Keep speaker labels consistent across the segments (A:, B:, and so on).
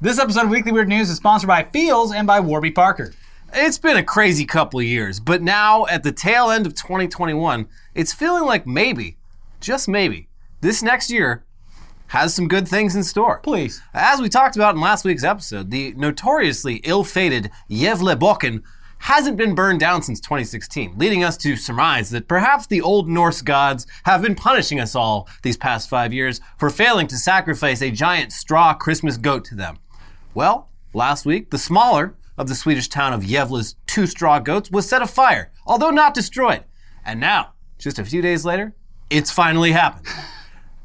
A: This episode of Weekly Weird News is sponsored by Fields and by Warby Parker.
B: It's been a crazy couple of years, but now at the tail end of 2021, it's feeling like maybe, just maybe, this next year has some good things in store.
A: Please.
B: As we talked about in last week's episode, the notoriously ill-fated Yevlebokken hasn't been burned down since 2016, leading us to surmise that perhaps the old Norse gods have been punishing us all these past five years for failing to sacrifice a giant straw Christmas goat to them. Well, last week, the smaller of the Swedish town of Gävle's two straw goats was set afire, although not destroyed. And now, just a few days later, it's finally happened.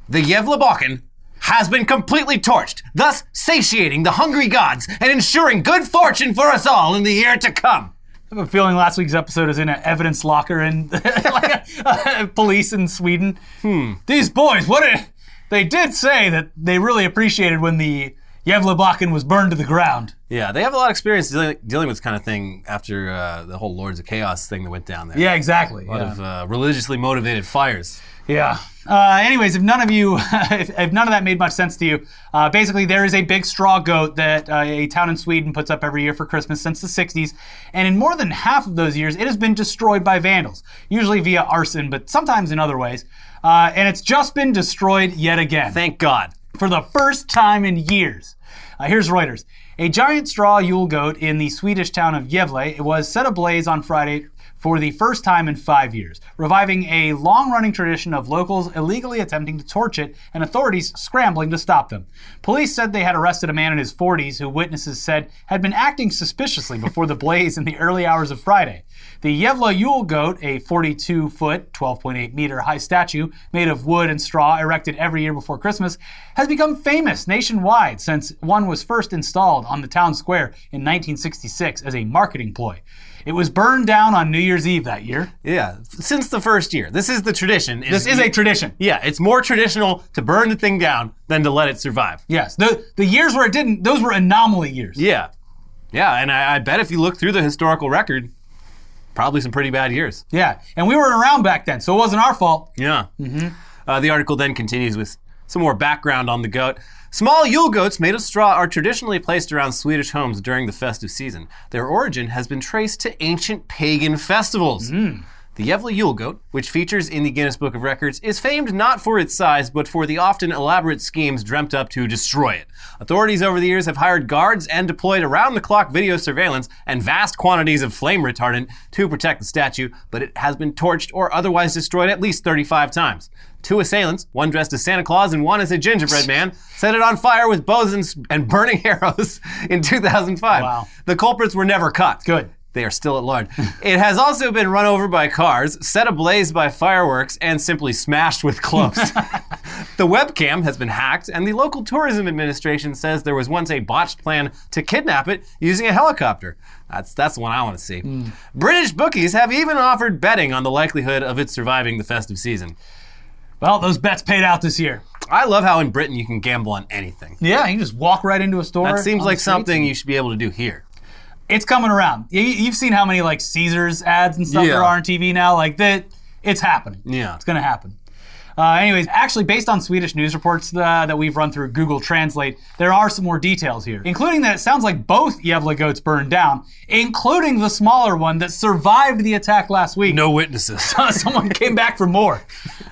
B: The Gävlebocken has been completely torched, thus satiating the hungry gods and ensuring good fortune for us all in the year to come.
A: I have a feeling last week's episode is in an evidence locker in like a- police in Sweden. Hmm. These boys, what a, they did say that they really appreciated when the Yevlabakan was burned to the ground.
B: Yeah, they have a lot of experience dealing, dealing with this kind of thing after uh, the whole Lords of Chaos thing that went down there.
A: Yeah, exactly.
B: A lot
A: Yeah.
B: of uh, religiously motivated fires.
A: Yeah. Uh, anyways, if none of you, if, if none of that made much sense to you, uh, basically there is a big straw goat that uh, a town in Sweden puts up every year for Christmas since the 60s, and in more than half of those years, it has been destroyed by vandals, usually via arson, but sometimes in other ways. Uh, and it's just been destroyed yet again
B: Thank God.
A: for the first time in years. Uh, here's Reuters. A giant straw Yule goat in the Swedish town of Gävle was set ablaze on Friday for the first time in five years, reviving a long running tradition of locals illegally attempting to torch it and authorities scrambling to stop them. Police said they had arrested a man in his 40s who witnesses said had been acting suspiciously before the blaze in the early hours of Friday. The Yevla Yule goat, a 42 foot, 12.8 meter high statue made of wood and straw erected every year before Christmas, has become famous nationwide since one was first installed on the town square in 1966 as a marketing ploy. It was burned down on New Year's Eve that year.
B: Yeah, since the first year. This is the tradition.
A: This is a tradition.
B: Yeah, it's more traditional to burn the thing down than to let it survive.
A: Yes. The, the years where it didn't, those were anomaly years.
B: Yeah. Yeah, and I, I bet if you look through the historical record, probably some pretty bad years.
A: Yeah. And we weren't around back then, so it wasn't our fault.
B: Yeah. Mm-hmm. Uh, the article then continues with some more background on the goat. Small Yule goats made of straw are traditionally placed around Swedish homes during the festive season. Their origin has been traced to ancient pagan festivals. The Yevla Yule goat, which features in the Guinness Book of Records, is famed not for its size, but for the often elaborate schemes dreamt up to destroy it. Authorities over the years have hired guards and deployed around the clock video surveillance and vast quantities of flame retardant to protect the statue, but it has been torched or otherwise destroyed at least 35 times. Two assailants, one dressed as Santa Claus and one as a gingerbread man, set it on fire with bows and, s- and burning arrows in 2005.
A: Wow.
B: The culprits were never caught.
A: Good.
B: They are still at large. it has also been run over by cars, set ablaze by fireworks, and simply smashed with clubs. the webcam has been hacked, and the local tourism administration says there was once a botched plan to kidnap it using a helicopter. That's that's the one I want to see.
A: Hmm.
B: British bookies have even offered betting on the likelihood of it surviving the festive season.
A: Well, those bets paid out this year.
B: I love how in Britain you can gamble on anything.
A: Yeah, you can just walk right into a store.
B: That
A: on
B: seems
A: the
B: like
A: streets.
B: something you should be able to do here.
A: It's coming around. You, you've seen how many like Caesars ads and stuff
B: Yeah.
A: there are on TV now. Like that, it's happening.
B: Yeah.
A: it's gonna happen. Uh, anyways, actually, based on Swedish news reports uh, that we've run through Google Translate, there are some more details here, including that it sounds like both Yevla goats burned down, including the smaller one that survived the attack last week.
B: No witnesses.
A: Someone came back for more.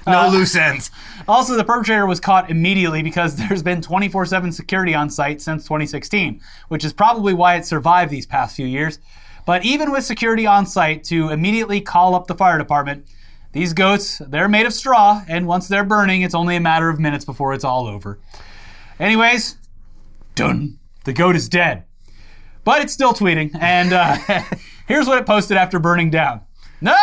B: no
A: Uh,
B: loose ends.
A: Also, the perpetrator was caught immediately because there's been 24 7 security on site since 2016, which is probably why it survived these past few years. But even with security on site to immediately call up the fire department, these goats, they're made of straw, and once they're burning, it's only a matter of minutes before it's all over. Anyways, done. The goat is dead. But it's still tweeting, and uh, here's what it posted after burning down No!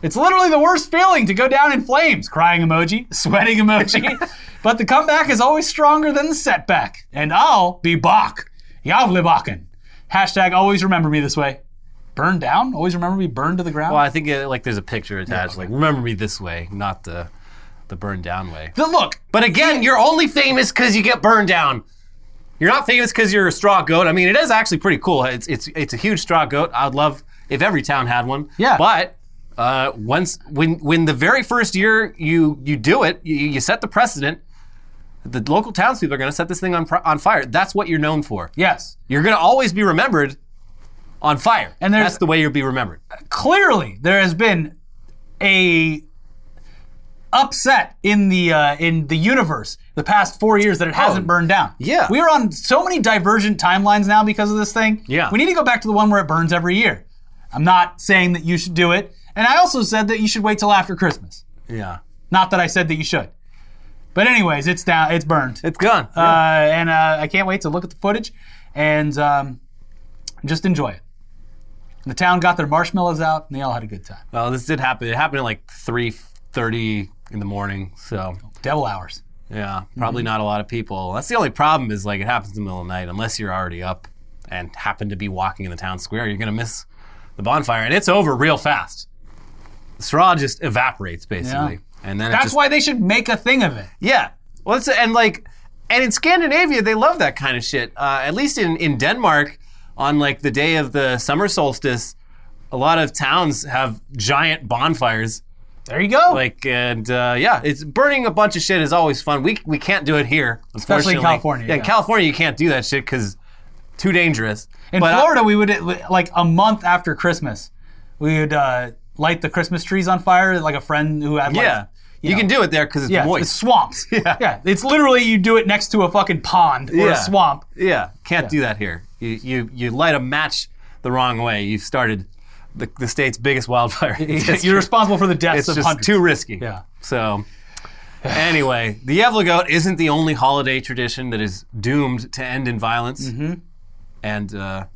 A: It's literally the worst feeling to go down in flames. Crying emoji, sweating emoji. but the comeback is always stronger than the setback. And I'll be back. Yavlibakken. Hashtag always remember me this way. Burn down? Always remember me burned to the ground?
B: Well, I think uh like there's a picture attached. Like, remember me this way, not the the burned down way.
A: The look.
B: But again, you're only famous because you get burned down. You're not famous because you're a straw goat. I mean, it is actually pretty cool. It's it's it's a huge straw goat. I'd love if every town had one.
A: Yeah.
B: But uh, once when when the very first year you you do it, you, you set the precedent. The local townspeople are going to set this thing on, pri- on fire. That's what you're known for.
A: Yes.
B: You're going to always be remembered on fire.
A: And there's-
B: that's the way you'll be remembered.
A: clearly there has been a upset in the uh, in the universe the past four years that it hasn't
B: Oh,
A: burned down.
B: yeah.
A: we are on so many divergent timelines now because of this thing.
B: Yeah.
A: we need to go back to the one where it burns every year. I'm not saying that you should do it, and I also said that you should wait till after Christmas.
B: Yeah.
A: Not that I said that you should, but anyways, it's down, it's burned,
B: It's gone. Yeah.
A: uh, and uh, I can't wait to look at the footage and um, just enjoy it. The town got their marshmallows out, and they all had a good time.
B: well, this did happen. It happened at like 3.30 in the morning. So,
A: Devil hours.
B: yeah,
A: Mm-hmm.
B: probably not a lot of people. That's the only problem is like it happens in the middle of the night unless you're already up and happen to be walking in the town square. You're going to miss the bonfire and it's over real fast. The straw just evaporates basically.
A: Yeah.
B: And then
A: That's
B: it just
A: why they should make a thing of it.
B: Yeah. Well, it's, and like, and in Scandinavia, they love that kind of shit. Uh, at least in, in Denmark, on like the day of the summer solstice, a lot of towns have giant bonfires.
A: There you go.
B: Like, and uh, yeah, it's burning a bunch of shit is always fun. We, we can't do it here,
A: Especially in
B: unfortunately.
A: California,
B: Yeah,
A: yeah.
B: in California, you can't do that shit because too dangerous.
A: in
B: But I-
A: Florida, we would like a month after Christmas, we would uh, light the Christmas trees on fire. Like a friend who had like
B: yeah, you, can do it there because it's
A: yeah,
B: moist.
A: it's swamps. Yeah. it's literally you do it next to a fucking pond or
B: Yeah.
A: a swamp.
B: Yeah, can't do that here. You, you you light a match the wrong way. You've started the, the state's biggest wildfire. It's just-
A: You're responsible for the deaths
B: it's
A: of
B: just
A: hundreds.
B: too risky.
A: Yeah.
B: So anyway, the Yevla goat isn't the only holiday tradition that is doomed to end in violence,
A: Mm-hmm.
B: and uh,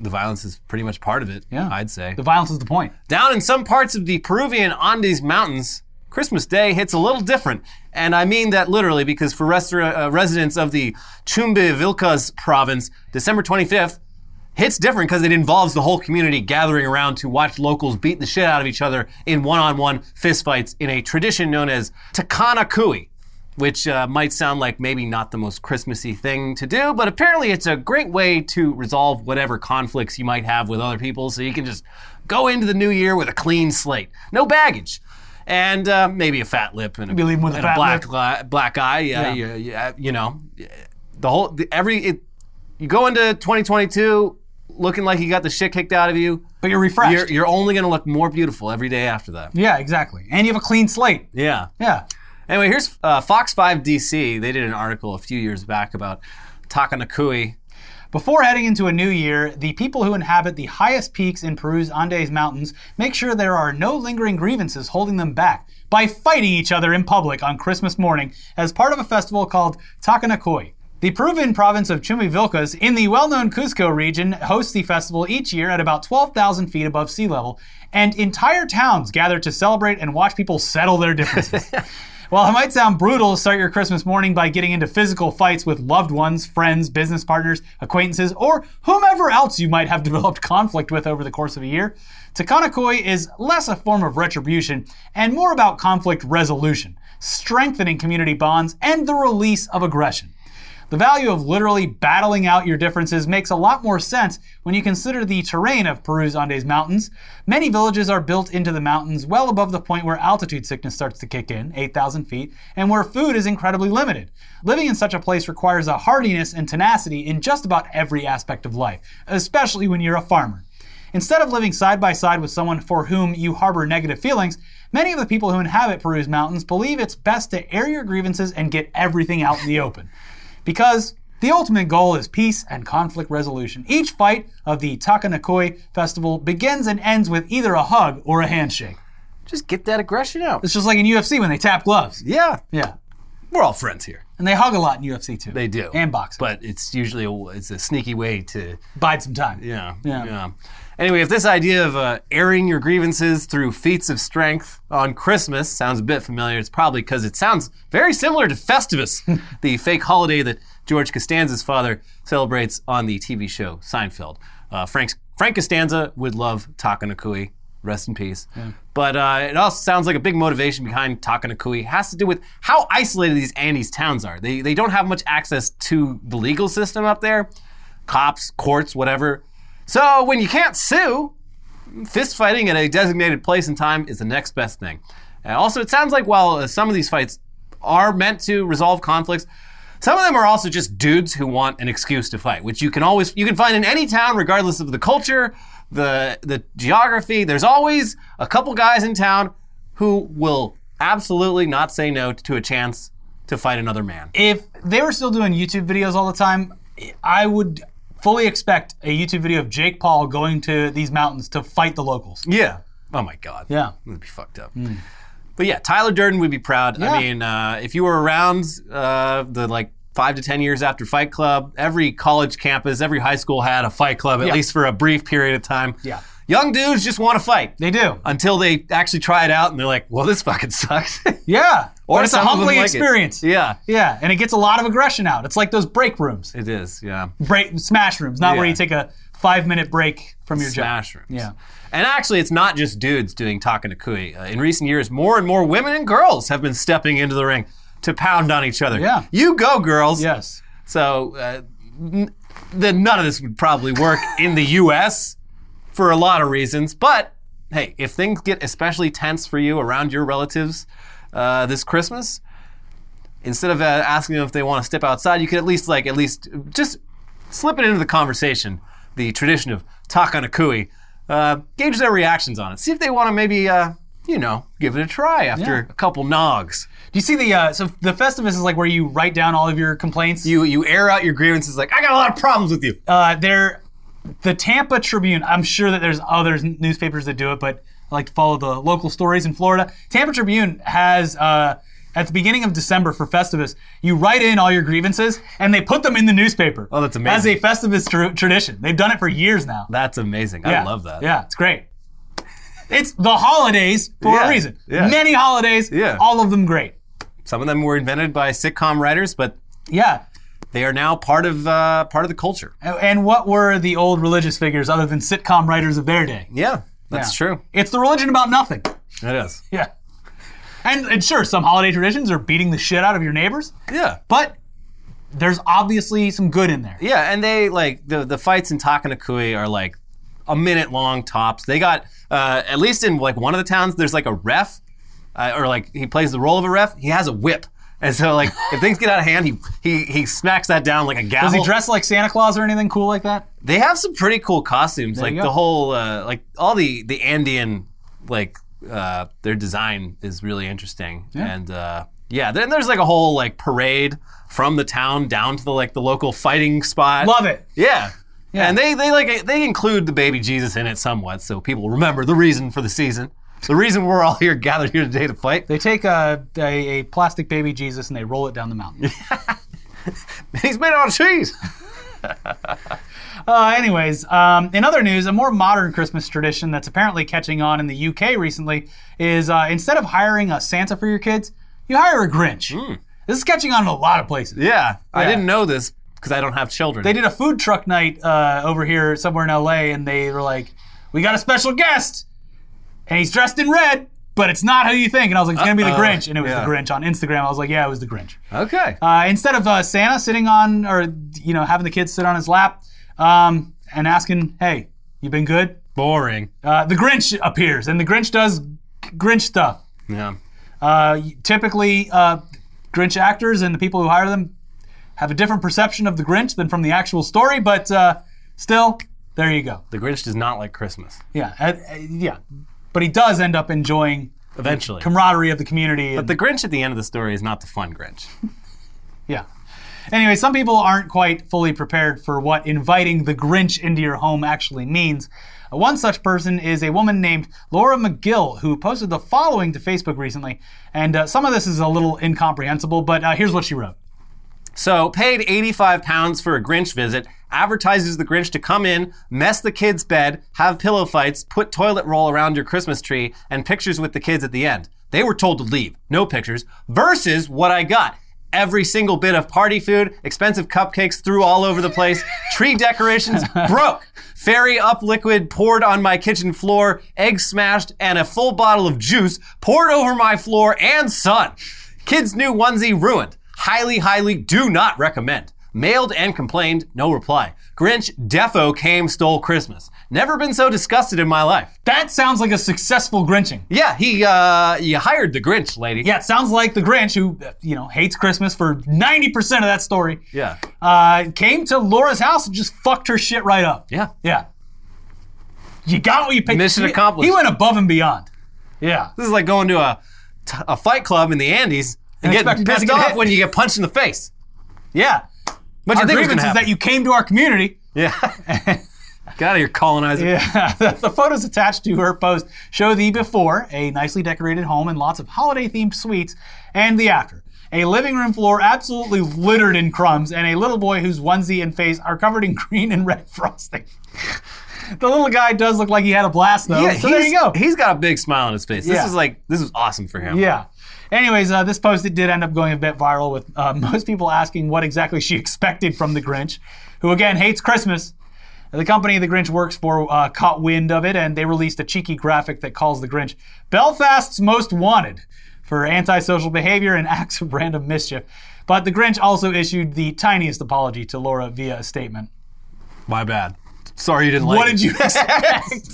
B: the violence is pretty much part of it.
A: Yeah.
B: I'd say.
A: the violence is the point.
B: Down in some parts of the Peruvian Andes Mountains, Christmas Day hits a little different. And I mean that literally because for res- uh, residents of the Chumbe Vilcas province, December 25th hits different because it involves the whole community gathering around to watch locals beat the shit out of each other in one on one fistfights in a tradition known as Takana Kui. Which uh, might sound like maybe not the most Christmassy thing to do, but apparently it's a great way to resolve whatever conflicts you might have with other people so you can just go into the new year with a clean slate, no baggage, and uh, maybe a fat lip and a,
A: Be leaving with a
B: and
A: fat
B: black,
A: lip.
B: li- black eye. Yeah,
A: Yeah.
B: yeah. yeah, you know, the whole, the, every, it, you go into 2022 looking like you got the shit kicked out of you.
A: But you're refreshed.
B: You're, you're only going to look more beautiful every day after that.
A: yeah, exactly. And you have a clean slate.
B: Yeah.
A: Yeah.
B: Anyway, here's uh, Fox 5 DC. They did an article a few years back about Takanakui.
A: Before heading into a new year, the people who inhabit the highest peaks in Peru's Andes Mountains make sure there are no lingering grievances holding them back by fighting each other in public on Christmas morning as part of a festival called Takanakoi. The Peruvian province of Chumivilcas in the well-known Cusco region hosts the festival each year at about 12,000 feet above sea level, and entire towns gather to celebrate and watch people settle their differences. While it might sound brutal to start your Christmas morning by getting into physical fights with loved ones, friends, business partners, acquaintances, or whomever else you might have developed conflict with over the course of a year, Takanakoi is less a form of retribution and more about conflict resolution, strengthening community bonds, and the release of aggression. The value of literally battling out your differences makes a lot more sense when you consider the terrain of Peru's Andes Mountains. Many villages are built into the mountains well above the point where altitude sickness starts to kick in, 8,000 feet, and where food is incredibly limited. Living in such a place requires a hardiness and tenacity in just about every aspect of life, especially when you're a farmer. Instead of living side by side with someone for whom you harbor negative feelings, many of the people who inhabit Peru's mountains believe it's best to air your grievances and get everything out in the open. Because the ultimate goal is peace and conflict resolution. Each fight of the Takanakoi festival begins and ends with either a hug or a handshake.
B: Just get that aggression out.
A: It's just like in UFC when they tap gloves.
B: Yeah.
A: Yeah.
B: We're all friends here.
A: And they hug a lot in UFC too.
B: They do.
A: And boxing.
B: But it's usually a, it's a sneaky way to
A: Bide some time.
B: Yeah.
A: Yeah.
B: Anyway, if this idea of uh, airing your grievances through feats of strength on Christmas sounds a bit familiar, it's probably because it sounds very similar to Festivus, the fake holiday that George Costanza's father celebrates on the TV show Seinfeld. Uh, Frank's, Frank Costanza would love Takanakui. Rest in peace. But uh, it also sounds like a big motivation behind Takanakui has to do with how isolated these Andes towns are. They, they don't have much access to the legal system up there cops, courts, whatever. So when you can't sue, fist fighting at a designated place and time is the next uh, best thing. And also, it sounds like while uh, some of these fights are meant to resolve conflicts, Some of them are also just dudes who want an excuse to fight, which you can always you can find in any town, regardless of the culture, the the geography. There's always a couple guys in town who will absolutely not say no to a chance to fight another man.
A: if they were still doing YouTube videos all the time, I would fully expect a YouTube video of Jake Paul going to these mountains to fight the locals.
B: Yeah. Oh my God.
A: Yeah. Hmm.
B: It would be fucked up. But yeah, Tyler Durden would be proud.
A: Yeah.
B: I mean, uh, if you were around uh, the like five to ten years after Fight Club, every college campus, every high school had a Fight Club at
A: Yeah.
B: least for a brief period of time.
A: Yeah.
B: Young dudes just want to fight
A: They do.
B: until they actually try it out and they're like, "Well, this fucking sucks."
A: Yeah. but it's a
B: some of them
A: humbling
B: like it.
A: experience.
B: yeah.
A: Yeah, and it gets a lot of aggression out. It's like those break rooms,
B: It is. Yeah.
A: break smash rooms, not where
B: Yeah.
A: you take a five minute break from your job.
B: Smash rooms.
A: Yeah.
B: And actually, it's not just dudes doing takanakui. Uh, in recent years, more and more women and girls have been stepping into the ring to pound on each other.
A: Yeah.
B: You go, girls.
A: Yes.
B: So uh, n- then none of this would probably work in the U.S. for a lot of reasons. But hey, if things get especially tense for you around your relatives uh, this Christmas, instead of uh, asking them if they want to step outside, you could at least like at least just slip it into the conversation. The tradition of talk on a kui, uh, gauge their reactions on it. See if they want to maybe. Uh, you know, give it a try after
A: Yeah.
B: a couple nogs.
A: Do you see the uh, so the Festivus is like where you write down all of your complaints.
B: You you air out your grievances like I got a lot of problems with you.
A: uh, there, the Tampa Tribune. I'm sure that there's other newspapers that do it, but I like to follow the local stories in Florida. Tampa Tribune has uh, at the beginning of December for Festivus, you write in all your grievances and they put them in the newspaper.
B: Oh, that's
A: As a
B: amazing.
A: Festivus tr- tradition, they've done it for years now.
B: That's amazing. I love that.
A: Yeah, it's great. It's the holidays for
B: Yeah,
A: a reason.
B: yeah.
A: Many holidays.
B: Yeah.
A: All of them great.
B: Some of them were invented by sitcom writers, but
A: Yeah.
B: they are now part of uh, part of the culture.
A: And- And what were the old religious figures other than sitcom writers of their day?
B: Yeah, that's
A: Yeah.
B: true.
A: It's the religion about nothing.
B: It is.
A: Yeah. And, and sure, some holiday traditions are beating the shit out of your neighbors,
B: Yeah.
A: but there's obviously some good in there.
B: Yeah, and they like the the fights in Takanakui are like a minute long tops. They got uh, at least in like one of the towns. There's like a ref, uh, or like he plays the role of a ref. He has a whip, and so like if things get out of hand, he he he smacks that down like a gavel.
A: Does he dress like Santa Claus or anything cool like that?
B: They have some pretty cool costumes,
A: you
B: like
A: go.
B: the whole, uh, like all the the Andean, like uh, their design is really interesting. And uh, yeah, then there's like a whole like parade from the town down to the like the local fighting spot.
A: Love it.
B: Yeah.
A: Yeah.
B: And they, they like they include the baby Jesus in it somewhat, so people remember the reason for the season, the reason we're all here gathered here today to fight.
A: They take a, a, a plastic baby Jesus and they roll it down the mountain.
B: He's made out of cheese.
A: Uh, anyways, um, in other news, a more modern Christmas tradition that's apparently catching on in the UK recently is uh, instead of hiring a Santa for your kids, you hire a Grinch.
B: Hmm.
A: This is catching on in a lot of places.
B: Yeah, I
A: Yeah.
B: didn't know this because I don't have children.
A: They did a food truck night uh, over here somewhere in LA, and they were like, "We got a special guest, and he's dressed in red, but it's not who you think." And I was like, "It's gonna be the
B: Uh-oh.
A: Grinch," and it was
B: Yeah.
A: the Grinch on Instagram. I was like, "Yeah, it was the Grinch."
B: okay.
A: Uh, instead of uh, Santa sitting on, or you know, having the kids sit on his lap um, and asking, "Hey, you been good?"
B: Boring.
A: Uh, the Grinch appears, and the Grinch does Grinch stuff.
B: Yeah.
A: Uh, typically, uh, Grinch actors and the people who hire them have a different perception of the Grinch than from the actual story, but uh, still, there you go.
B: The Grinch does not like Christmas.
A: Yeah, uh, uh, yeah. But he does end up enjoying
B: Eventually.
A: camaraderie of the community. and-
B: the Grinch at the end of the story is not the fun Grinch.
A: yeah. Anyway, some people aren't quite fully prepared for what inviting the Grinch into your home actually means. Uh, One such person is a woman named Laura McGill, who posted the following to Facebook recently. And uh, some of this is a little incomprehensible, but uh, here's what she wrote.
B: So, paid 85 pounds for a Grinch visit, advertises the Grinch to come in, mess the kids' bed, have pillow fights, put toilet roll around your Christmas tree, and pictures with the kids at the end. They were told to leave, no pictures, versus what I got. Every single bit of party food, expensive cupcakes threw all over the place, tree decorations broke, fairy up liquid poured on my kitchen floor, eggs smashed, and a full bottle of juice poured over my floor and sun. Kids' new onesie ruined. Highly, highly do not recommend. Mailed and complained, no reply. Grinch defo came, stole Christmas. Never been so disgusted in my life.
A: That sounds like a successful Grinching.
B: Yeah, he uh, you hired the Grinch, lady.
A: Yeah, it sounds like the Grinch, who uh, you know hates Christmas for ninety percent of that story,
B: yeah,
A: uh, came to Laura's house and just fucked her shit right up.
B: yeah.
A: Yeah. You got what you paid.
B: Mission
A: He-
B: accomplished.
A: He went above and beyond. Yeah.
B: This is like going to a t- a fight club in the Andes
A: And
B: and, getting
A: expecting not to
B: pissed
A: get
B: off
A: hit.
B: when you get punched in the face.
A: Yeah.
B: But
A: Our
B: you think was
A: grievance
B: gonna
A: is
B: happen.
A: that you came to our community.
B: Yeah. Get out of here, colonizer.
A: Yeah. the, the photos attached to her post show the before, a nicely decorated home and lots of holiday themed suites, and the after. A living room floor absolutely littered in crumbs, and a little boy whose onesie and face are covered in green and red frosting. the little guy does look like he had a blast, though. so there you
B: he's-
A: go.
B: He's got a big smile on his face. This
A: Yeah.
B: is like this is awesome for him.
A: Yeah. Anyways, uh, this post it did end up going a bit viral with uh, most people asking what exactly she expected from the Grinch, who again hates Christmas. The company the Grinch works for uh, caught wind of it, and they released a cheeky graphic that calls the Grinch Belfast's most wanted for antisocial behavior and acts of random mischief. But the Grinch also issued the tiniest apology to Laura via a statement.
B: My bad. Sorry you didn't like
A: What
B: it.
A: did you expect?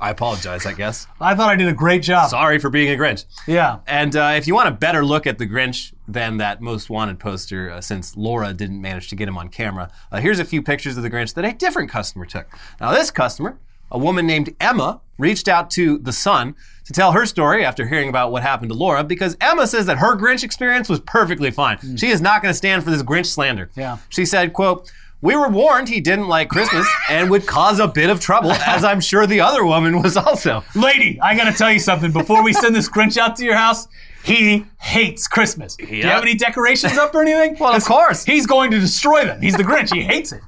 B: I apologize, I guess.
A: I thought I did a great job.
B: Sorry for being a Grinch.
A: Yeah.
B: And uh, if you want a better look at the Grinch than that Most Wanted poster, uh, since Laura didn't manage to get him on camera, uh, here's a few pictures of the Grinch that a different customer took. Now, this customer, a woman named Emma, reached out to The Sun to tell her story after hearing about what happened to Laura because Emma says that her Grinch experience was perfectly fine. She is not going to stand for this Grinch slander.
A: Yeah.
B: She said, quote, we were warned he didn't like Christmas and would cause a bit of trouble, as I'm sure the other woman was also.
A: Lady, I gotta tell you something. Before we send this Grinch out to your house, he hates Christmas. Do you
B: Yeah.
A: have any decorations up or anything?
B: Well, of course.
A: He's going to destroy them. He's the Grinch. He hates it.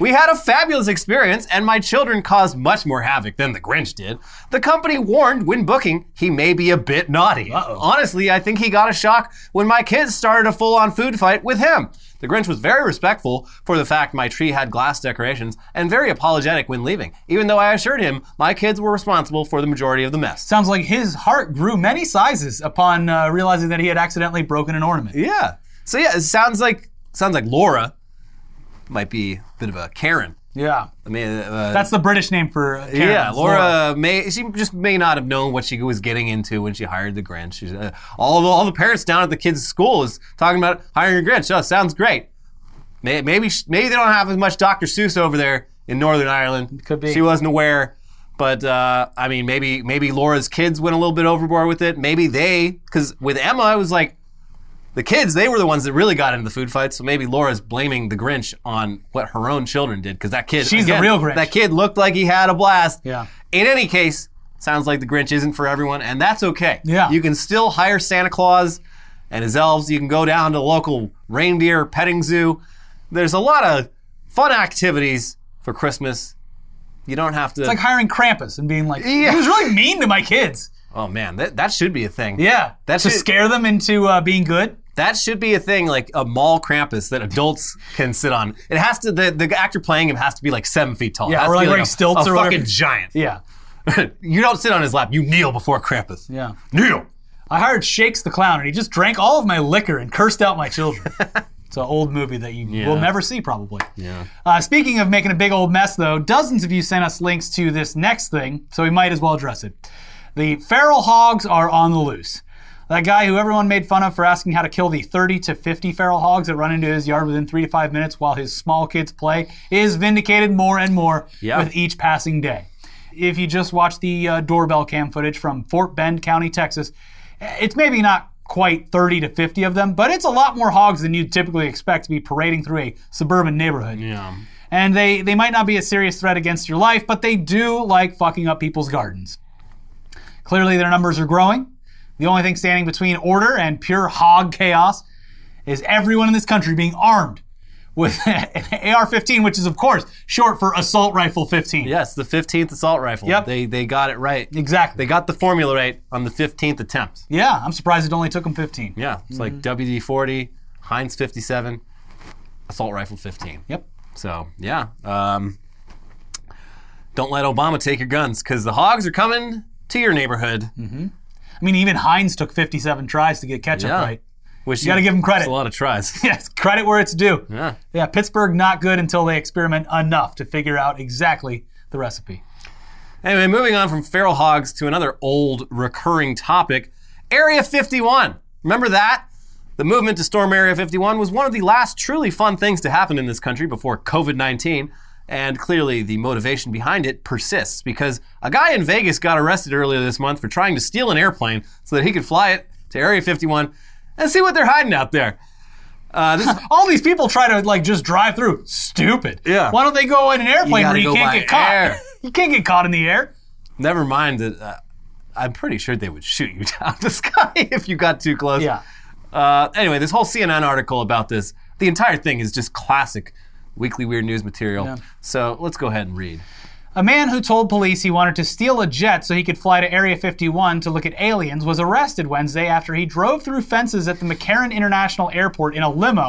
B: We had a fabulous experience, and my children caused much more havoc than the Grinch did. The company warned when booking he may be a bit naughty.
A: Uh-oh.
B: Honestly, I think he got a shock when my kids started a full on food fight with him. The Grinch was very respectful for the fact my tree had glass decorations and very apologetic when leaving, even though I assured him my kids were responsible for the majority of the mess.
A: Sounds like his heart grew many sizes upon uh, realizing that he had accidentally broken an ornament.
B: Yeah. So yeah, it sounds like sounds like Laura might be a bit of a Karen.
A: Yeah.
B: I mean, uh,
A: That's the British name for uh, Karen.
B: Yeah,
A: It's
B: Laura, may she just may not have known what she was getting into when she hired the Grinch. She's, uh, all the, all the parents down at the kids' school is talking about hiring a Grinch. Oh, sounds great. May, maybe sh- maybe they don't have as much Dr. Seuss over there in Northern Ireland.
A: Could be.
B: She wasn't aware, but uh, I mean, maybe maybe Laura's kids went a little bit overboard with it. Maybe they, because with Emma, it was like. The kids, they were the ones that really got into the food fight, so maybe Laura's blaming the Grinch on what her own children did, because that kid.
A: She's the
B: again,
A: real Grinch.
B: That kid looked like he had a blast.
A: Yeah.
B: In any case, sounds like the Grinch isn't for everyone, and that's okay.
A: Yeah.
B: You can still hire Santa Claus and his elves. You can go down to the local reindeer petting zoo. There's a lot of fun activities for Christmas. You don't have to.
A: like hiring Krampus and being like,
B: Yeah.
A: he was really mean to my kids.
B: oh man, that, that should be a thing.
A: Yeah.
B: That's
A: to
B: it.
A: scare them into uh, being good.
B: That should be a thing, like a mall Krampus that adults can sit on. It has to. The, the actor playing him has to be like seven feet tall.
A: Yeah,
B: It has
A: or
B: to
A: like
B: be
A: wearing
B: a,
A: stilts
B: a
A: or whatever.
B: fucking giant.
A: Yeah.
B: you don't sit on his lap. You kneel before Krampus.
A: Yeah.
B: Kneel.
A: I hired Shakes the Clown, and he just drank all of my liquor and cursed out my children. it's an old movie that you will never see, probably.
B: Yeah.
A: Uh, speaking of making a big old mess, though, dozens of you sent us links to this next thing, so we might as well address it. The feral hogs are on the loose. That guy who everyone made fun of for asking how to kill the 30 to 50 feral hogs that run into his yard within three to five minutes while his small kids play is vindicated more and more
B: Yeah.
A: with each passing day. If you just watch the uh, doorbell cam footage from Fort Bend County, Texas, it's maybe not quite 30 to 50 of them, but it's a lot more hogs than you'd typically expect to be parading through a suburban neighborhood.
B: Yeah.
A: And they, they might not be a serious threat against your life, but they do like fucking up people's gardens. Clearly, their numbers are growing. The only thing standing between order and pure hog chaos is everyone in this country being armed with an AR 15, which is, of course, short for Assault Rifle 15.
B: Yes, the 15th assault rifle.
A: Yep.
B: They they got it right.
A: Exactly.
B: They got the formula right on the 15th attempt.
A: Yeah, I'm surprised it only took them 15.
B: Yeah, it's like WD 40, Heinz 57, assault rifle 15.
A: Yep.
B: So, yeah. Um, don't let Obama take your guns because the hogs are coming to your neighborhood.
A: I mean, even Heinz took 57 tries to get ketchup
B: Yeah.
A: right.
B: Which
A: You gotta give 'em credit.
B: It's a lot of tries.
A: Yes, credit where it's due.
B: yeah.
A: Yeah, Pittsburgh not good until they experiment enough to figure out exactly the recipe.
B: Anyway, moving on from feral hogs to another old recurring topic Area 51. Remember that? The movement to storm Area 51 was one of the last truly fun things to happen in this country before COVID 19. And clearly, the motivation behind it persists because a guy in Vegas got arrested earlier this month for trying to steal an airplane so that he could fly it to Area 51 and see what they're hiding out there. Uh, this,
A: All these people try to like just drive through. Stupid.
B: Yeah.
A: Why don't they go in an airplane where
B: gotta
A: you
B: go
A: can't
B: by
A: get caught?
B: air.
A: you can't get caught in the air.
B: Never mind that uh, I'm pretty sure they would shoot you down the sky if you got too close.
A: Yeah.
B: Uh, anyway, this whole CNN article about this, the entire thing is just classic weekly weird news material. So let's go ahead and read.
A: A man who told police he wanted to steal a jet so he could fly to Area 51 to look at aliens was arrested Wednesday after he drove through fences at the McCarran International Airport in a limo,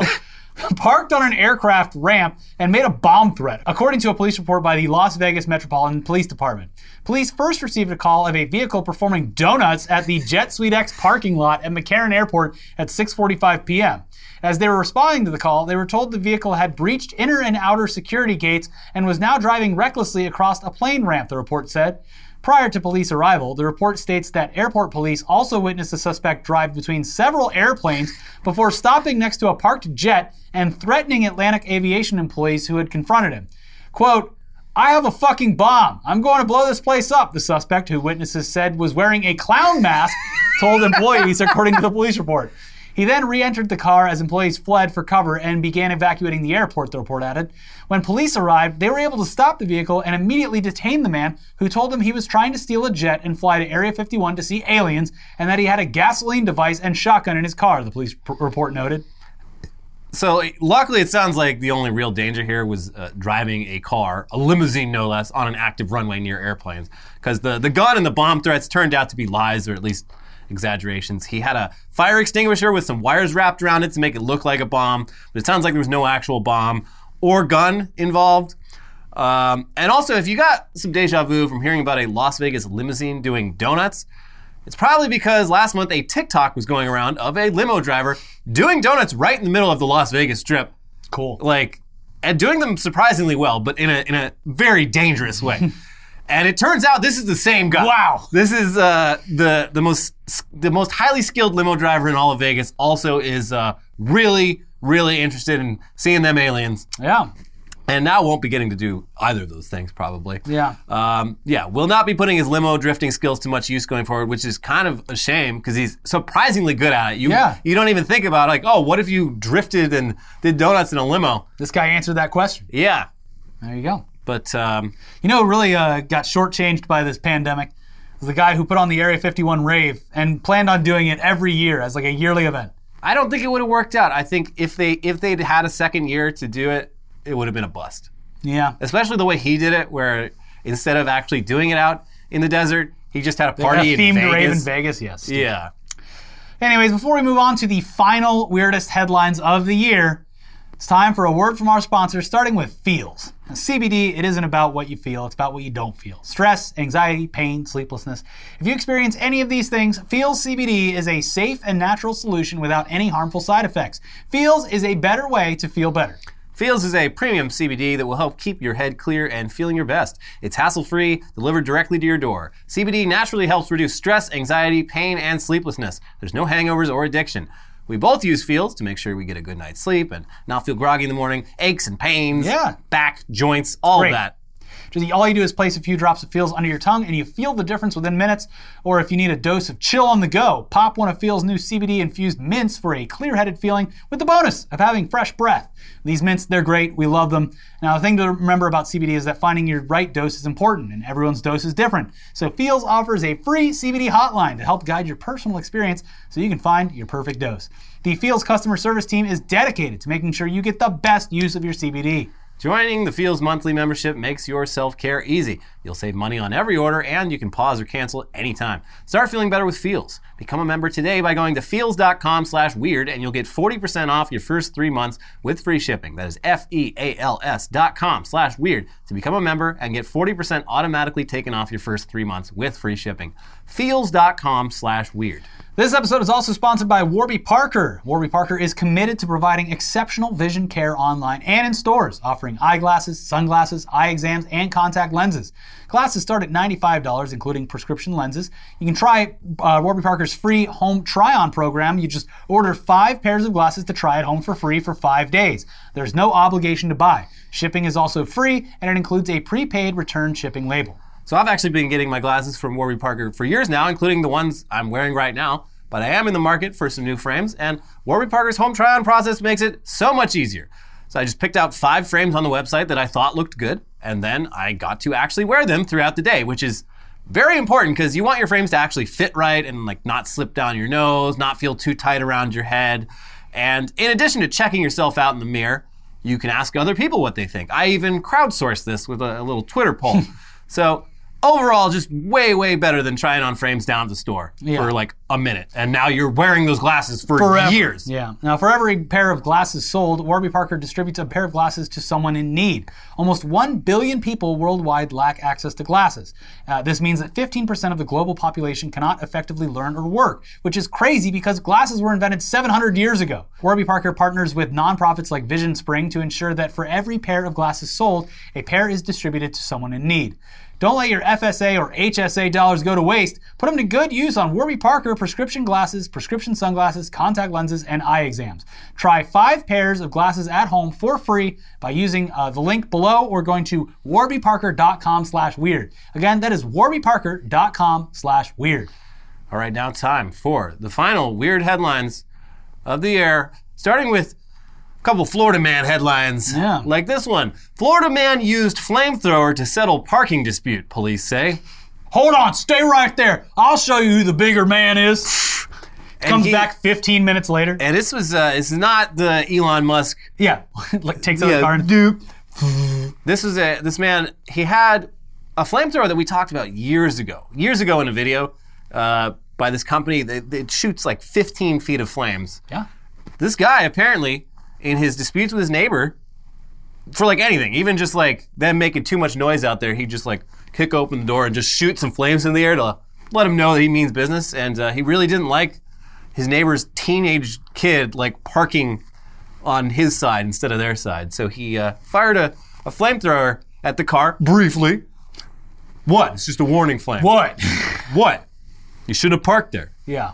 A: parked on an aircraft ramp, and made a bomb threat, according to a police report by the Las Vegas Metropolitan Police Department. Police first received a call of a vehicle performing donuts at the Jet Suite X parking lot at McCarran Airport at 6:45 p.m. As they were responding to the call, they were told the vehicle had breached inner and outer security gates and was now driving recklessly across a plane ramp, the report said. Prior to police arrival, the report states that airport police also witnessed the suspect drive between several airplanes before stopping next to a parked jet and threatening Atlantic aviation employees who had confronted him. Quote, I have a fucking bomb. I'm going to blow this place up, the suspect, who witnesses said was wearing a clown mask, told employees, according to the police report. He then re entered the car as employees fled for cover and began evacuating the airport, the report added. When police arrived, they were able to stop the vehicle and immediately detain the man, who told them he was trying to steal a jet and fly to Area 51 to see aliens, and that he had a gasoline device and shotgun in his car, the police pr- report noted.
B: So luckily, it sounds like the only real danger here was uh, driving a car, a limousine no less, on an active runway near airplanes, because the the gun and the bomb threats turned out to be lies or at least exaggerations. He had a fire extinguisher with some wires wrapped around it to make it look like a bomb, but it sounds like there was no actual bomb or gun involved. Um, and also, if you got some deja vu from hearing about a Las Vegas limousine doing donuts, it's probably because last month a TikTok was going around of a limo driver doing donuts right in the middle of the Las Vegas Strip,
A: Cool.
B: like and doing them surprisingly well, but in a in a very dangerous way. and it turns out this is the same guy.
A: Wow.
B: This is uh, the the most the most highly skilled limo driver in all of Vegas. Also, is uh, really really interested in seeing them aliens,
A: Yeah.
B: and now won't be getting to do either of those things probably.
A: Yeah.
B: Um, yeah, will not be putting his limo drifting skills to much use going forward, which is kind of a shame because he's surprisingly good at it. You,
A: Yeah.
B: you don't even think about like, oh, what if you drifted and did donuts in a limo?
A: This guy answered that question.
B: Yeah,
A: There you go.
B: but um,
A: You know, who really uh, got shortchanged by this pandemic was the guy who put on the Area 51 rave and planned on doing it every year as like a yearly event.
B: I don't think it would have worked out. I think if they if they'd had a second year to do it, it would have been a bust.
A: Yeah.
B: Especially the way he did it, where instead of actually doing it out in the desert, he just had a party
A: a themed
B: in Vegas.
A: rave in Vegas, yes.
B: Yeah.
A: Anyways, before we move on to the final weirdest headlines of the year, it's time for a word from our sponsor, starting with feels. Now, CBD, it isn't about what you feel, it's about what you don't feel. Stress, anxiety, pain, sleeplessness. If you experience any of these things, Feels CBD is a safe and natural solution without any harmful side effects. Feels is a better way to feel better.
B: Feels is a premium CBD that will help keep your head clear and feeling your best. It's hassle free, delivered directly to your door. CBD naturally helps reduce stress, anxiety, pain, and sleeplessness. There's no hangovers or addiction. We both use Feels to make sure we get a good night's sleep and not feel groggy in the morning, aches and pains,
A: Yeah.
B: back, joints, all
A: Great.
B: of that.
A: Just all you do is place a few drops of feels under your tongue and you feel the difference within minutes. Or if you need a dose of chill on the go, pop one of Feel's new CBD infused mints for a clear headed feeling with the bonus of having fresh breath. These mints, they're great. We love them. Now, the thing to remember about CBD is that finding your right dose is important and everyone's dose is different. So, Feels offers a free CBD hotline to help guide your personal experience so you can find your perfect dose. The Feels customer service team is dedicated to making sure you get the best use of your CBD.
B: Joining the Field's monthly membership makes your self care easy. You'll save money on every order and you can pause or cancel anytime. Start feeling better with Feels. Become a member today by going to feels.com slash weird and you'll get 40% off your first three months with free shipping. That is F E A L S dot com slash weird to become a member and get 40% automatically taken off your first three months with free shipping. Feels.com slash weird.
A: This episode is also sponsored by Warby Parker. Warby Parker is committed to providing exceptional vision care online and in stores, offering eyeglasses, sunglasses, eye exams, and contact lenses. Glasses start at $95, including prescription lenses. You can try uh, Warby Parker's free home try on program. You just order five pairs of glasses to try at home for free for five days. There's no obligation to buy. Shipping is also free, and it includes a prepaid return shipping label.
B: So I've actually been getting my glasses from Warby Parker for years now, including the ones I'm wearing right now. But I am in the market for some new frames, and Warby Parker's home try-on process makes it so much easier. So I just picked out five frames on the website that I thought looked good, and then I got to actually wear them throughout the day, which is very important because you want your frames to actually fit right and like not slip down your nose, not feel too tight around your head. And in addition to checking yourself out in the mirror, you can ask other people what they think. I even crowdsourced this with a, a little Twitter poll. so overall, just way, way better than trying on frames down at the store for like a minute. And now you're wearing those glasses for
A: Forever.
B: years.
A: Yeah. Now, for every pair of glasses sold, Warby Parker distributes a pair of glasses to someone in need. Almost 1 billion people worldwide lack access to glasses. Uh, this means that 15% of the global population cannot effectively learn or work, which is crazy because glasses were invented 700 years ago. Warby Parker partners with nonprofits like Vision Spring to ensure that for every pair of glasses sold, a pair is distributed to someone in need. Don't let your FSA or HSA dollars go to waste. Put them to good use on Warby Parker prescription glasses, prescription sunglasses, contact lenses, and eye exams. Try five pairs of glasses at home for free by using uh, the link below or going to warbyparker.com/weird. Again, that is warbyparker.com/weird.
B: All right, now time for the final weird headlines of the year, starting with a couple Florida man headlines.
A: Yeah.
B: Like this one Florida man used flamethrower to settle parking dispute, police say.
A: Hold on, stay right there. I'll show you who the bigger man is. Comes
B: he-
A: back 15 minutes later.
B: And this was, uh, this is not the Elon Musk
A: yeah, like takes out the
B: Yeah,
A: car and
B: This was a this man. He had a flamethrower that we talked about years ago, years ago in a video uh, by this company that, that shoots like 15 feet of flames.
A: yeah.
B: This guy apparently, in his disputes with his neighbor, for like anything, even just like them making too much noise out there, he just like kick open the door and just shoot some flames in the air to let him know that he means business. And uh, he really didn't like his neighbor's teenage kid like parking on his side instead of their side. So he uh, fired a, a flamethrower at the car briefly. What? It's just a warning flame.
A: What?
B: What? You should have parked there.
A: yeah.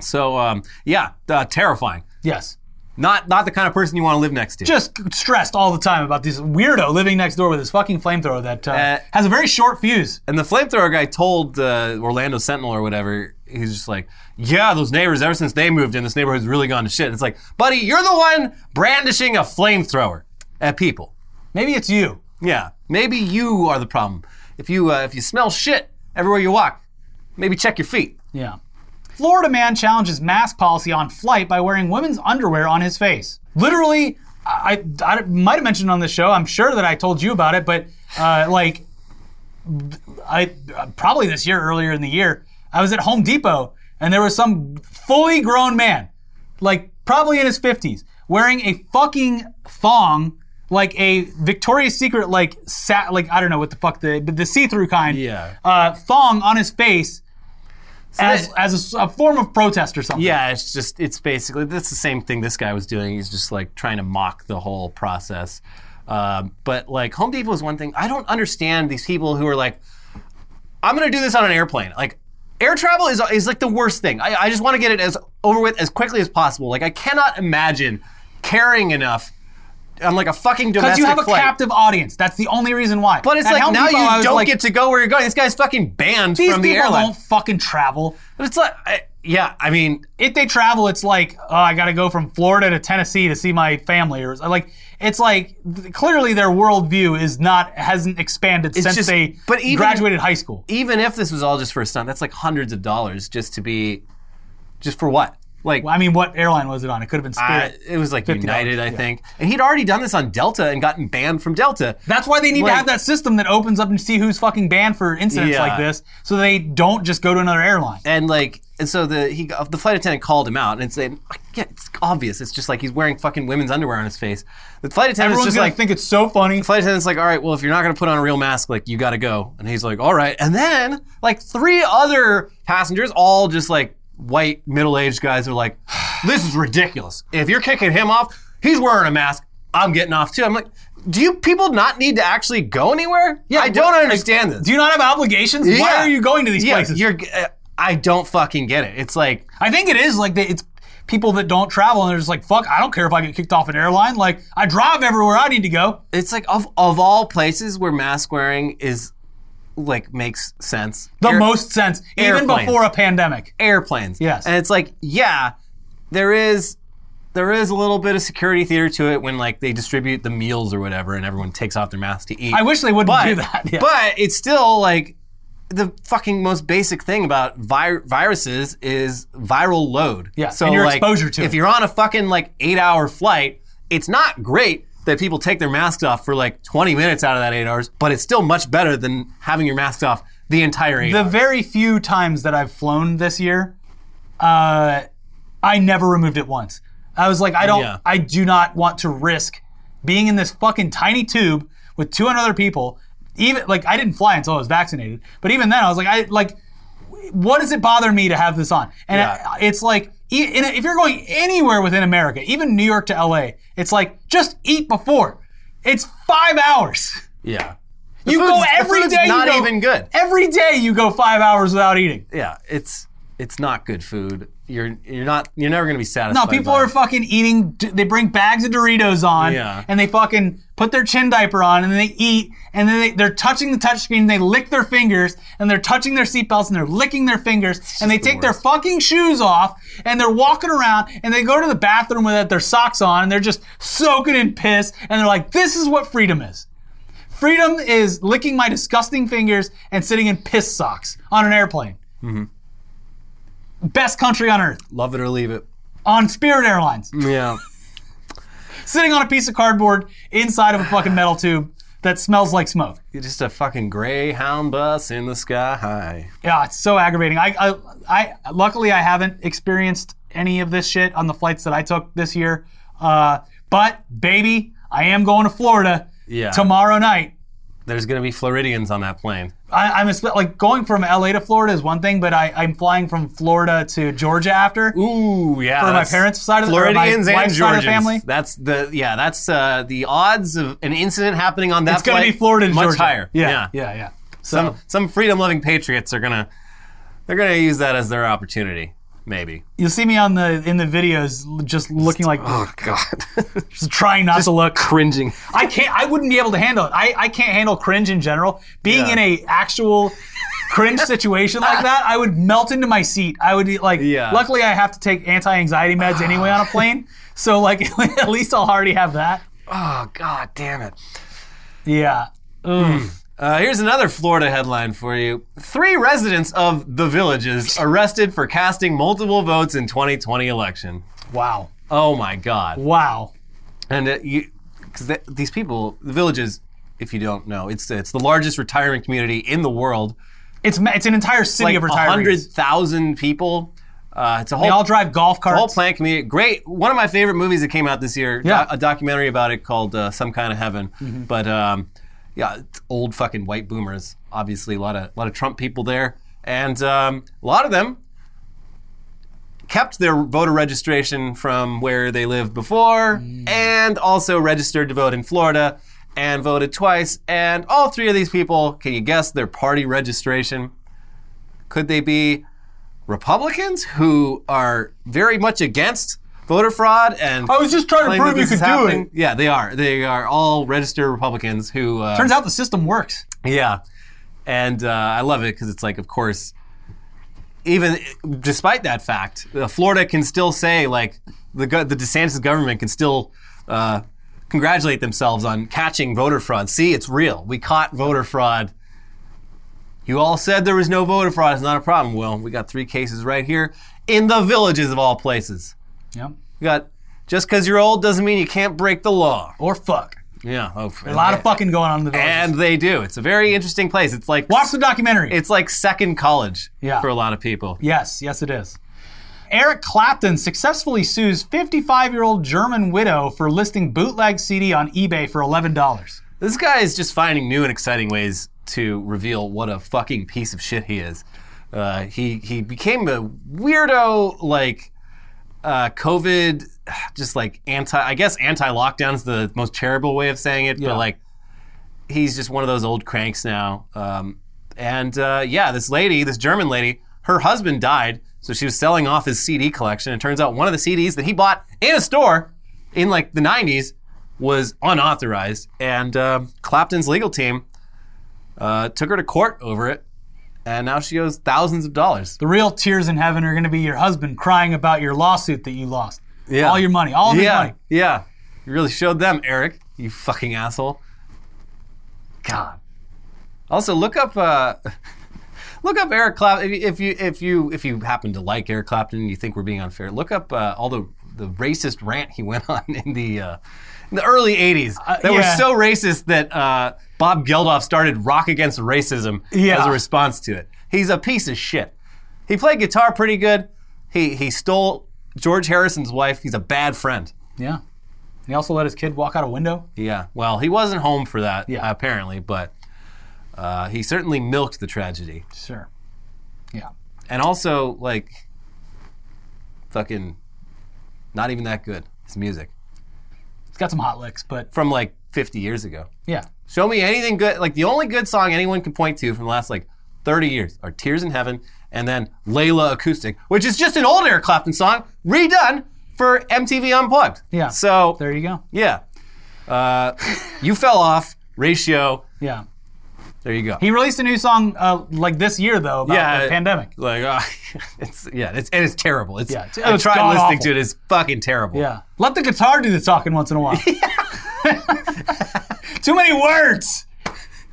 B: So um, yeah, uh, terrifying.
A: Yes.
B: Not not the kind of person you want to live next to.
A: just stressed all the time about this weirdo living next door with his fucking flamethrower that uh,
B: Uh,
A: has a very short fuse.
B: And the flamethrower guy told uh, Orlando Sentinel or whatever, he's just like, yeah, those neighbors, ever since they moved in, this neighborhood's really gone to shit. And it's like, buddy, you're the one brandishing a flamethrower at people.
A: Maybe it's you.
B: Yeah, maybe you are the problem. If you uh, if you smell shit everywhere you walk, maybe check your feet.
A: Yeah. Florida man challenges mask policy on flight by wearing women's underwear on his face. Literally, I, I- I might have mentioned on the show. I'm sure that I told you about it, but uh, like, I probably this year, earlier in the year, I was at Home Depot and there was some fully grown man, like probably in his 50s, wearing a fucking thong. Like a Victoria's Secret, like sat, like I don't know what the fuck the the see-through kind,
B: Yeah.
A: uh, thong on his face, as,
B: that-
A: as a, s- a form of protest or something.
B: Yeah, it's just it's basically that's the same thing this guy was doing. He's just like trying to mock the whole process. Um, but like Home Depot is one thing. I don't understand these people who are like, I'm gonna do this on an airplane. Like air travel is is like the worst thing. I, I just want to get it as over with as quickly as possible. Like I cannot imagine caring enough on like a fucking domestic
A: Because you have a
B: flight.
A: captive audience. That's the only reason why.
B: But it's
A: At
B: like
A: Home
B: now
A: Depot, I
B: you
A: was
B: don't
A: like,
B: get to go where you're going. This guy's fucking banned
A: These
B: from the
A: people
B: airline.
A: don't fucking travel.
B: But it's like, I, yeah, I mean,
A: If they travel, it's like, oh, I got to go from Florida to Tennessee to see my family, or like, it's like th- clearly their worldview is not hasn't expanded since
B: just-
A: they
B: but even-
A: graduated high school.
B: even if this was all just for a stunt, that's like hundreds of dollars just to be, just for what? Like
A: Well, I mean, what airline was it on? It could have been
B: I-
A: Spirit.
B: it was like
A: $50,
B: United, I
A: yeah.
B: think. And he'd already done this on Delta and gotten banned from Delta.
A: That's why they need
B: Like-
A: to have that system that opens up and see who's fucking banned for incidents
B: Yeah.
A: like this, so they don't just go to another airline.
B: And like, and so the he uh, the flight attendant called him out and said, "Yeah, it's obvious. It's just like he's wearing fucking women's underwear on his face." The flight attendant's
A: Everyone's
B: just
A: gonna
B: like,
A: think it's so funny.
B: flight attendant's like, all right, well, if you're not going to put on a real mask, like, you got to go. And he's like, all right. And then, like, three other passengers, all just like white middle aged guys, are like, this is ridiculous. If you're kicking him off, he's wearing a mask. I'm getting off too. I'm like, do you people not need to actually go anywhere? Yeah, I don't understand this.
A: Do you not have obligations? Why
B: Yeah.
A: are you going to these
B: yeah,
A: places?
B: you're. Uh, I don't fucking get it. It's like
A: I think it is like they, it's people that don't travel and they're just like, fuck, I don't care if I get kicked off an airline. Like, I drive everywhere I need to go.
B: it's like of of all places where mask wearing is like makes sense.
A: The
B: Air-
A: most sense, even
B: Airplanes.
A: before a pandemic.
B: airplanes.
A: Yes.
B: And it's like, yeah, there is there is a little bit of security theater to it when like they distribute the meals or whatever and everyone takes off their mask to eat.
A: I wish they wouldn't
B: but,
A: do that. Yeah.
B: But it's still like the fucking most basic thing about vi- viruses is viral load.
A: Yeah, and your exposure to
B: if
A: it.
B: you're on a fucking like eight hour flight, it's not great that people take their masks off for like 20 minutes out of that eight hours, but it's still much better than having your mask off the entire eight
A: the very few times that I've flown this year, uh, I never removed it once. I was like, I don't,
B: Yeah.
A: I do not want to risk being in this fucking tiny tube with 200 other people. Even like I didn't fly until I was vaccinated, but even then I was like, I like, what does it bother me to have this on? And
B: Yeah.
A: I- it's like, e- in a- if you're going anywhere within America, even New York to LA, it's like just eat before. It's five hours.
B: Yeah.
A: you go
B: food's- the
A: every
B: food's
A: day. you
B: Not
A: go-
B: even good.
A: Every day you go five hours without eating.
B: Yeah, it's it's not good food. You're you're not you're never gonna be satisfied.
A: No, people
B: by
A: are
B: it.
A: fucking eating. They bring bags of Doritos on,
B: Yeah.
A: and they fucking put their chin diaper on, and then they eat, and then they, they're touching the touchscreen, and they lick their fingers, and they're touching their seatbelts, and they're licking their fingers, and they
B: the
A: take their
B: worst.
A: fucking shoes off, and they're walking around, and they go to the bathroom without their socks on, and they're just soaking in piss, and they're like, "This is what freedom is." Freedom is licking my disgusting fingers and sitting in piss socks on an airplane.
B: Mm-hmm.
A: Best country on earth
B: love it or leave it.
A: on Spirit Airlines
B: Yeah.
A: sitting on a piece of cardboard inside of a fucking metal tube that smells like smoke.
B: You're just a fucking greyhound bus in the sky high.
A: Yeah, it's so aggravating. I, I, I luckily I haven't experienced any of this shit on the flights that I took this year. Uh, but baby, I am going to Florida
B: Yeah.
A: tomorrow night.
B: There's gonna be Floridians on that plane.
A: I, I'm espe- like going from LA to Florida is one thing, but I, I'm flying from Florida to Georgia after.
B: Ooh, yeah.
A: my
B: that's-
A: parents' side of the- or my
B: Floridians and
A: wife's side
B: Georgians.
A: of the family?
B: That's the yeah. That's uh, the odds of an incident happening on that.
A: it's going to
B: flight,
A: be Florida to
B: much
A: Georgia.
B: higher.
A: Yeah, yeah, yeah. So
B: Some some freedom loving patriots are gonna they're gonna use that as their opportunity. Maybe.
A: you'll see me on the in the videos just looking like
B: God.
A: just trying not to look.
B: Cringing.
A: I can't. I wouldn't be able to handle it. I, I can't handle cringe in general. Being
B: Yeah.
A: in a actual cringe situation like that, I would melt into my seat. I would be like.
B: Yeah.
A: Luckily, I have to take anti-anxiety meds anyway on a plane, so like at least I'll already have that.
B: Oh God, damn it.
A: Yeah.
B: Uh, here's another Florida headline for you. Three residents of the villages arrested for casting multiple votes in 2020 election.
A: Wow.
B: Oh my God.
A: Wow.
B: And uh, you, because th- these people, the villages, if you don't know, it's it's the largest retirement community in the world.
A: It's ma- it's an entire city
B: Like
A: of retirees.
B: 100,000 people. Uh, it's a
A: They
B: whole
A: all drive golf carts.
B: Whole plant community. Great. One of my favorite movies that came out this year. do-
A: Yeah.
B: a documentary about it called uh, Some Kind of Heaven. But um, yeah, it's old fucking white boomers. Obviously, a lot of lot of Trump people there, and um, a lot of them kept their voter registration from where they lived before, and also registered to vote in Florida. And voted twice, and all three of these people, can you guess their party registration? Could they be Republicans who are very much against voter fraud and
A: I was just trying to
B: claim that
A: prove you
B: this
A: could
B: is
A: do
B: happening.
A: it.
B: Yeah, they are. They are all registered Republicans who. Uh,
A: Turns out the system works.
B: yeah, and uh, I love it because it's like, of course, even despite that fact, uh, Florida can still say like the go- the DeSantis government can still. Uh, Congratulate themselves on catching voter fraud. See, it's real. We caught voter fraud. You all said there was no voter fraud. It's not a problem. Well, we got three cases right here. in the villages of all places.
A: Yep.
B: You got just because you're old doesn't mean you can't break the law.
A: Or fuck.
B: Yeah. Oh,
A: A lot of fucking going on in the villages.
B: And they do. It's a very interesting place. It's like
A: Watch the documentary.
B: it's like second college
A: Yeah.
B: for a lot of people.
A: Yes, yes, it is. Eric Clapton successfully sues 55 year old German widow for listing bootleg CD on eBay for $11.
B: This guy is just finding new and exciting ways to reveal what a fucking piece of shit he is. Uh, he he became a weirdo like uh, COVID, just like anti. I guess anti lockdown is the most charitable way of saying it,
A: Yeah.
B: but like he's just one of those old cranks now. Um, and uh, yeah, this lady, this German lady, her husband died, so she was selling off his CD collection. It turns out one of the CDs that he bought in a store in like the 90s was unauthorized, and um Clapton's legal team uh, took her to court over it, and now she owes thousands of dollars.
A: The real tears in heaven are going to be your husband crying about your lawsuit that you lost.
B: Yeah.
A: All your money, all of his
B: yeah,
A: money.
B: yeah. You really showed them, Eric. You fucking asshole. God. Also, look up uh, look up Eric Clapton. If you if you if you happen to like Eric Clapton, and you think we're being unfair. Look up uh, all the the racist rant he went on in the uh, in the early '80s that were
A: Uh, yeah.
B: so racist that uh, Bob Geldof started Rock Against Racism
A: Yeah.
B: as a response to it. He's a piece of shit. He played guitar pretty good. He he stole George Harrison's wife. He's a bad friend.
A: Yeah. And he also let his kid walk out a window.
B: Yeah. Well, he wasn't home for that
A: Yeah.
B: apparently, but uh, he certainly milked the tragedy.
A: Sure. Yeah.
B: And also like fucking not even that good. His music
A: It's got some hot licks, but
B: from like 50 years ago.
A: yeah.
B: Show me anything good. Like the only good song anyone can point to from the last like 30 years are Tears in Heaven and then Layla Acoustic, which is just an old Eric Clapton song redone for MTV Unplugged.
A: Yeah.
B: So
A: There you go.
B: yeah, uh, you fell off ratio.
A: Yeah.
B: There you go.
A: He released a new song uh, like this year, though, about
B: Yeah,
A: the
B: it-
A: pandemic.
B: like uh, it's yeah, it's and it's terrible. It's,
A: Yeah, it's-
B: I
A: it's
B: tried
A: god
B: listening
A: awful.
B: to it. It's fucking terrible.
A: Yeah. Let the guitar do the talking once in a while. Too many words.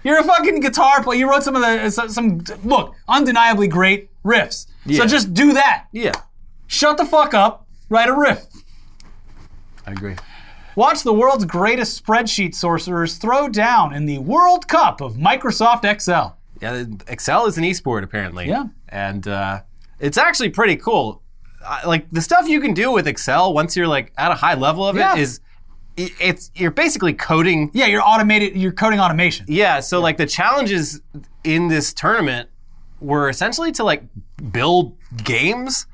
A: You're a fucking guitar player. You wrote some of the uh, some, some look undeniably great riffs. So
B: Yeah.
A: just do that.
B: yeah,
A: Shut the fuck up. Write a riff.
B: I agree.
A: Watch the world's greatest spreadsheet sorcerers throw down in the World Cup of Microsoft Excel.
B: Yeah, Excel is an esport apparently.
A: Yeah.
B: and uh, it's actually pretty cool. I, like the stuff you can do with Excel once you're like at a high level of
A: Yeah.
B: it is, i- it's you're basically coding.
A: Yeah, you're automated. You're coding automation.
B: Yeah, so like the challenges in this tournament were essentially to like build games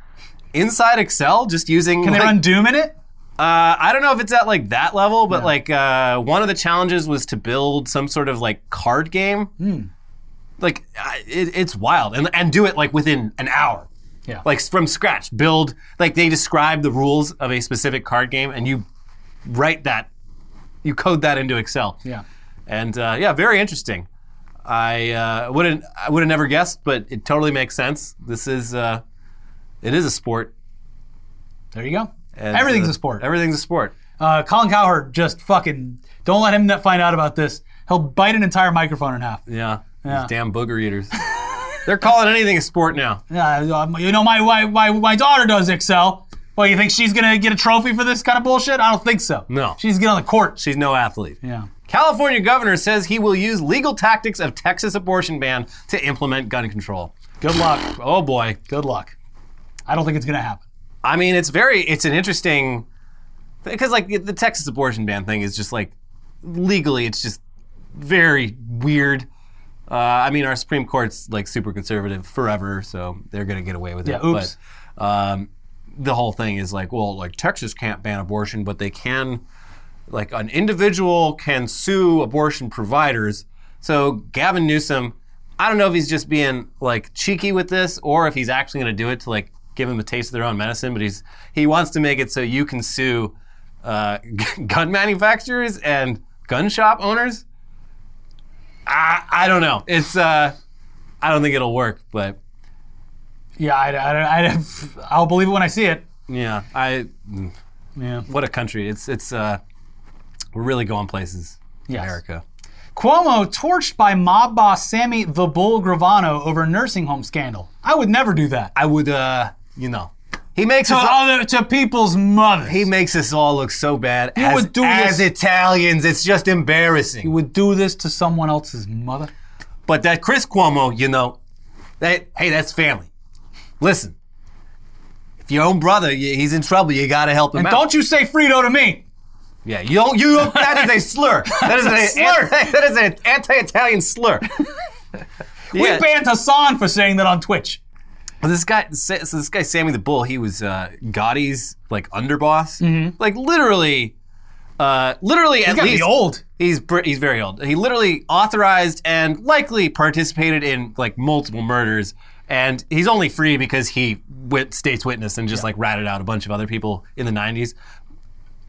B: inside Excel just using.
A: Can they
B: like,
A: run Doom in it?
B: Uh, I don't know if it's at like that level, but like uh, one of the challenges was to build some sort of like card game.
A: Hmm.
B: Like I- it, it's wild, and and do it like within an hour,
A: Yeah.
B: like from scratch. Build like they describe the rules of a specific card game, and you write that, you code that into Excel.
A: yeah.
B: And uh, yeah, very interesting. I uh, wouldn't I would have never guessed, but it totally makes sense. This is uh, it is a sport.
A: There you go.
B: and,
A: Everything's
B: uh,
A: a sport.
B: Everything's a sport.
A: Uh, Colin Cowherd just fucking don't let him not find out about this. He'll bite an entire microphone in half.
B: Yeah.
A: Yeah.
B: These damn booger eaters. They're calling anything a sport now.
A: Uh, um, you know, my, my my my daughter does Excel. Well, you think she's gonna get a trophy for this kind of bullshit? I don't think so.
B: No.
A: she's gonna get on the court.
B: She's no athlete.
A: Yeah,
B: California governor says he will use legal tactics of Texas abortion ban to implement gun control.
A: good luck.
B: Oh boy.
A: Good luck. I don't think it's gonna happen.
B: I mean, it's very it's an interesting because like the- the Texas abortion ban thing is just like legally it's just very weird. Uh, I mean, our Supreme Court's like super conservative forever, so they're gonna get away with it.
A: Yeah, oops.
B: But um, the whole thing is like, well, like Texas can't ban abortion, but they can. Like an individual can sue abortion providers. So Gavin Newsom, I don't know if he's just being like cheeky with this or if he's actually going to do it to like give him a taste of their own medicine. But he's he wants to make it so you can sue uh, gun manufacturers and gun shop owners. I I don't know. It's uh, I don't think it'll work, but
A: Yeah, I, I, I, I'll believe it when I see it.
B: yeah, I
A: Yeah.
B: what a country. It's it's uh, we're really going places. in
A: Yes.
B: America.
A: Cuomo torched by mob boss Sammy the Bull Gravano over nursing home scandal. I would never do that.
B: I would uh, you know, He makes
A: To,
B: us all,
A: other, to people's mothers.
B: he makes us all look so bad as,
A: would do
B: as
A: this-
B: Italians. It's just embarrassing.
A: You would do this to someone else's mother?
B: But that Chris Cuomo, you know, that hey, that's family. Listen, if your own brother y- he's in trouble, you gotta help him out.
A: Don't you say Frito to me!
B: Yeah, you don't. You don't, that is a slur. That is
A: That's
B: a
A: a slur.
B: slur. that is an anti-Italian slur.
A: We banned Hassan for saying that on Twitch.
B: Well, this guy, so this guy Sammy the Bull, he was uh, Gotti's like underboss, like literally, uh, literally
A: Mm-hmm.
B: at
A: gotta be
B: least
A: old.
B: He's br- he's very old. He literally authorized and likely participated in like multiple murders, and he's only free because he went state's witness and just like ratted out a bunch of other people in the '90s.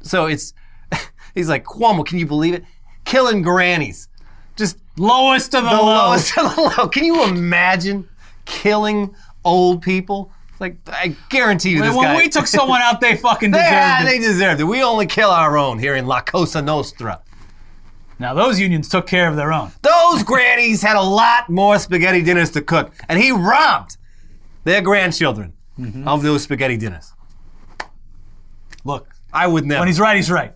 B: So it's he's like Cuomo, can you believe it? Killing grannies, just
A: Lowest of the,
B: the
A: low.
B: lowest of the low. Can you imagine killing old people? Like I guarantee you, this
A: when
B: guy.
A: we took someone out, they fucking deserved
B: yeah,
A: it.
B: they deserved it. We only kill our own here in La Cosa Nostra.
A: Now those unions took care of their own.
B: Those grannies had a lot more spaghetti dinners to cook, and he robbed their grandchildren
A: Mm-hmm.
B: of those spaghetti dinners.
A: Look,
B: I would never.
A: when he's right, he's right.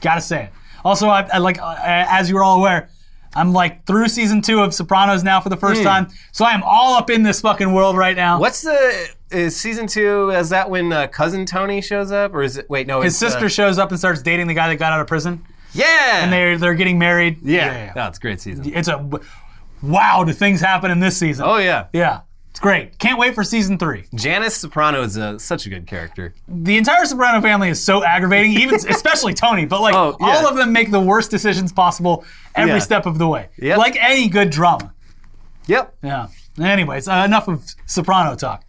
A: Gotta say it. Also, I, I like uh, as you're all aware, I'm like through season two of Sopranos now for the
B: Hmm.
A: first time, so I am all up in this fucking world right now.
B: What's the is season two? Is that when uh, cousin Tony shows up, or is it? Wait, no,
A: His
B: it's, uh,
A: sister shows up and starts dating the guy that got out of prison.
B: yeah, and
A: They're they're getting married.
B: yeah. No, it's a great season.
A: It's a wow. Do things happen in this season?
B: Oh yeah,
A: yeah. It's great. Can't wait for season three.
B: Janice Soprano is a, such a good character.
A: The entire Soprano family is so aggravating, even especially Tony. But like
B: Oh, yeah.
A: all of them make the worst decisions possible every
B: Yeah.
A: step of the way.
B: Yep.
A: Like any good drama.
B: Yep.
A: Yeah. Anyways, uh, enough of Soprano talk.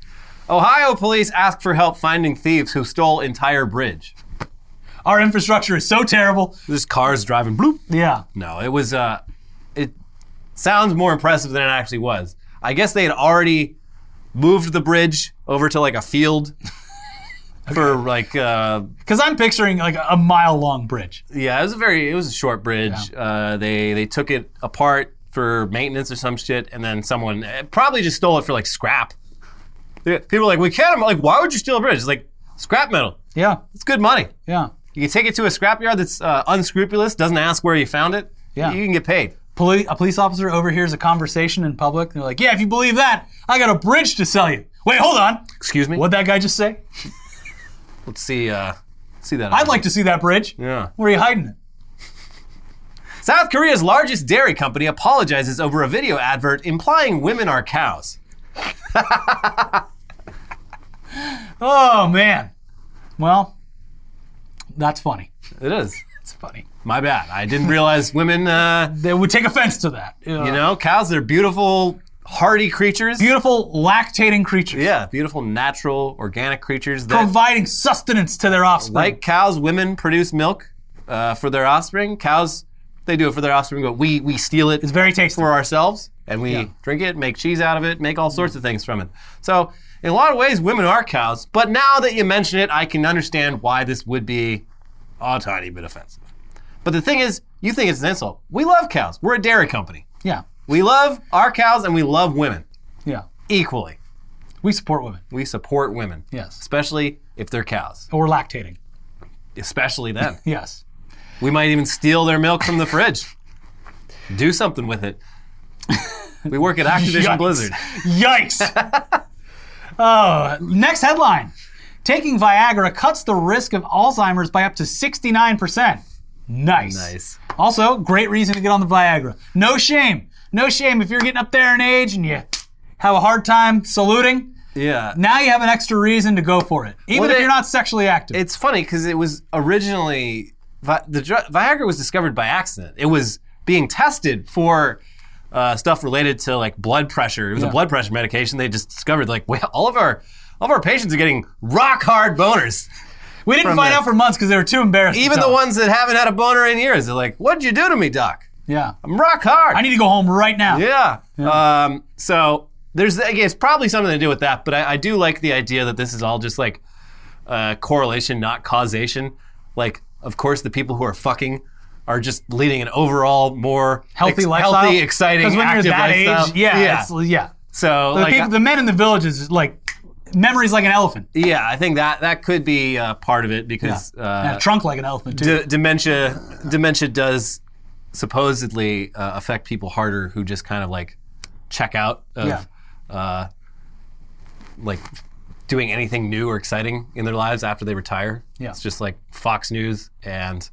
B: Ohio police ask for help finding thieves who stole entire bridge.
A: Our infrastructure is so terrible.
B: There's cars driving bloop.
A: Yeah.
B: No, it was. Uh, it sounds more impressive than it actually was. I guess they had already moved the bridge over to like a field for like uh,
A: Because I'm picturing like a mile long bridge.
B: yeah. It was a very it was a short bridge. Uh, they they took it apart for maintenance or some shit, and then someone eh, probably just stole it for like scrap. They- People were like we can't. I'm like why would you steal a bridge? It's like scrap metal.
A: Yeah.
B: It's good money.
A: Yeah.
B: You can take it to a scrapyard that's uh, unscrupulous, doesn't ask where you found it.
A: Yeah.
B: You can get paid.
A: Poli- a police officer overhears a conversation in public. They're like, yeah, if you believe that, I got a bridge to sell you. Wait, hold on.
B: Excuse me.
A: What'd that guy just say?
B: Let's see. Uh, let's see that.
A: I'd like to see that bridge.
B: Yeah.
A: Where are you hiding it?
B: South Korea's largest dairy company apologizes over a video advert implying women are cows.
A: Oh, man. Well, that's funny.
B: It is.
A: That's funny.
B: My bad. I didn't realize women. Uh,
A: They would take offense to that.
B: you know, cows. They're beautiful, hardy creatures.
A: Beautiful lactating creatures.
B: yeah, beautiful, natural, organic creatures that,
A: Providing sustenance to their offspring.
B: like cows, women produce milk uh, for their offspring. Cows, they do it for their offspring, but we we steal it.
A: it's very tasty.
B: for ourselves and we drink it, make cheese out of it, make all sorts of things from it. So, in a lot of ways, women are cows, but now that you mention it, I can understand why this would be a tiny bit offensive. But the thing is, you think it's an insult. We love cows. We're a dairy company.
A: Yeah.
B: We love our cows and we love women
A: Yeah.
B: equally.
A: We support women.
B: We support women,
A: Yes.
B: especially if they're cows,
A: Or lactating.
B: especially them.
A: Yes.
B: We might even steal their milk from the fridge, do something with it. We work at Activision
A: Yikes.
B: Blizzard.
A: Yikes. oh, next headline. Taking Viagra cuts the risk of Alzheimer's by up to 69%. Nice.
B: Nice.
A: Also, great reason to get on the Viagra. No shame. No shame if you're getting up there in age and you have a hard time saluting.
B: Yeah.
A: Now you have an extra reason to go for it, even
B: Well,
A: if
B: they-
A: you're not sexually active.
B: it's funny because it was originally Vi- the dr- Viagra was discovered by accident. It was being tested for uh, stuff related to like blood pressure. It was a blood pressure medication. They just discovered like, well, all of our all of our patients are getting rock hard boners.
A: we didn't find
B: the-
A: out for months because they were too embarrassed. to
B: Even
A: tell
B: the
A: us.
B: ones that haven't had a boner in years, they're like, "What'd you do to me, doc?
A: Yeah.
B: I'm rock hard."
A: I need to go home right now.
B: yeah. Um, so there's again, it's probably something to do with that, but I, I do like the idea that this is all just like uh, correlation, not causation. Like, of course, the people who are fucking are just leading an overall more
A: Healthy
B: ex-
A: lifestyle.
B: healthy, exciting,
A: Because when
B: active
A: you're that
B: lifestyle.
A: age, yeah, it's- yeah.
B: So
A: The,
B: like, uh,
A: people, the men in the villages, like memories like an elephant.
B: Yeah, I think that that could be uh, part of it because
A: And
B: uh,
A: a trunk like an elephant, too.
B: d- dementia dementia does supposedly uh, affect people harder who just kind of like check out of
A: Yeah.
B: uh, like doing anything new or exciting in their lives after they retire.
A: Yeah.
B: It's just like Fox News and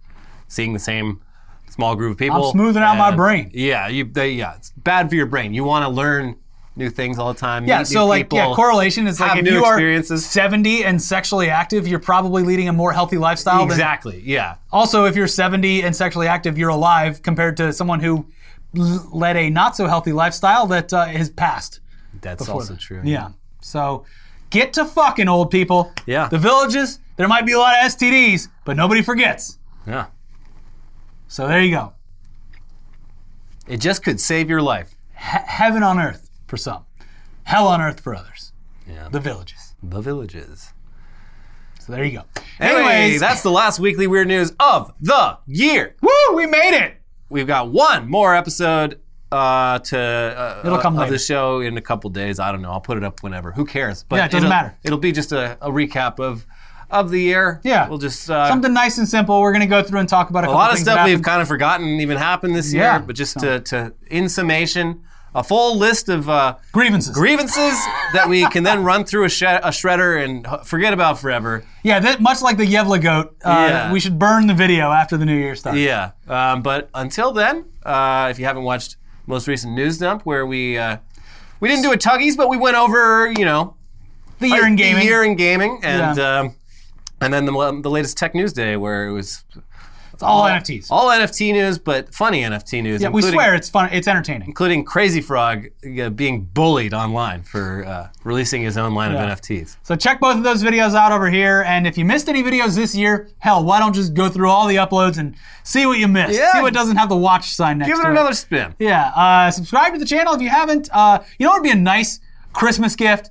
B: seeing the same small group of people.
A: smoothing out my
B: and-
A: brain.
B: Yeah, you they, yeah, it's bad for your brain. You want to learn new things all the time.
A: yeah,
B: meet
A: so
B: new
A: like yeah,
B: people.
A: correlation is like
B: have
A: if
B: new
A: you
B: experiences.
A: are 70 and sexually active, you're probably leading a more healthy lifestyle than
B: Exactly. Yeah.
A: Also, if you're 70 and sexually active, you're alive compared to someone who l- led a not so healthy lifestyle that uh, has passed.
B: That's also true.
A: Yeah. So get to fucking old people.
B: Yeah.
A: The villages, there might be a lot of STDs, but nobody forgets.
B: Yeah.
A: So there you go.
B: It just could save your life.
A: He- heaven on earth for some, hell on earth for others.
B: Yeah.
A: The villages.
B: The villages.
A: So there you go.
B: Anyway, that's the last weekly weird news of the year.
A: Woo, we made it.
B: We've got one more episode uh, to uh,
A: It'll come
B: of
A: later.
B: the show in a couple days. I don't know. I'll put it up whenever. Who cares? But
A: Yeah, it doesn't
B: it'll-
A: matter.
B: It'll be just a, a recap of of the year.
A: Yeah.
B: We'll just uh,
A: Something nice and simple. We're going to go through and talk about a,
B: a
A: couple
B: lot of
A: things
B: stuff
A: that
B: we've
A: happened.
B: kind of forgotten even happened this year.
A: Yeah.
B: But just to, to in summation, a full list of uh,
A: grievances.
B: grievances that we can then run through a, sh- a shredder and h- forget about forever.
A: Yeah, that, much like the Yevla goat, uh,
B: Yeah.
A: we should burn the video after the New Year starts.
B: Yeah. Um, but until then, uh, if you haven't watched most recent news dump where we uh, we didn't do a tuggies, but we went over you know
A: The year in gaming.
B: the year in gaming and
A: Yeah.
B: um, and then the, the latest tech news day where it was
A: it's all NFTs.
B: all NFT news, but funny NFT news.
A: yeah, we swear it's fun. It's entertaining.
B: Including Crazy Frog uh, being bullied online for uh, releasing his own line
A: Yeah.
B: of NFTs.
A: So check both of those videos out over here. And if you missed any videos this year, hell, why don't just go through all the uploads and see what you missed?
B: Yeah.
A: See what doesn't have the watch sign next
B: Give
A: to
B: it
A: it.
B: another spin.
A: Yeah. Uh, subscribe to the channel if you haven't. Uh, you know what would be a nice Christmas gift?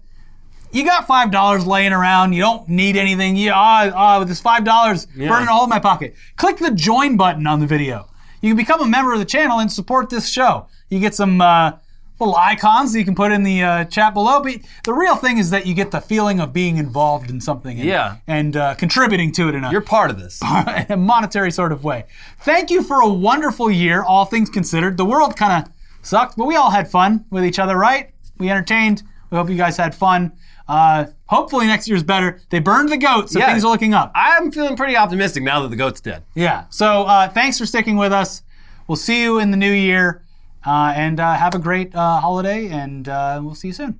A: You got five dollars laying around. You don't need anything. You ah ah with this five dollars burning a hole in my pocket. Click the join button on the video. You can become a member of the channel and support this show. You get some uh, little icons that you can put in the uh, chat below. But the real thing is that you get the feeling of being involved in something. And,
B: Yeah.
A: And uh, contributing to it in a
B: You're part of this.
A: in a monetary sort of way. Thank you for a wonderful year, all things considered. The world kind of sucked, but we all had fun with each other, right? We entertained. We hope you guys had fun. Uh, hopefully next year's better. They burned the goat, so
B: Yeah.
A: things are looking up.
B: I'm feeling pretty optimistic now that the goat's dead.
A: yeah. So uh, thanks for sticking with us. We'll see you in the new year, uh, and uh, have a great uh, holiday. And uh, we'll see you soon.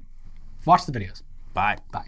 A: Watch the videos.
B: Bye.
A: Bye.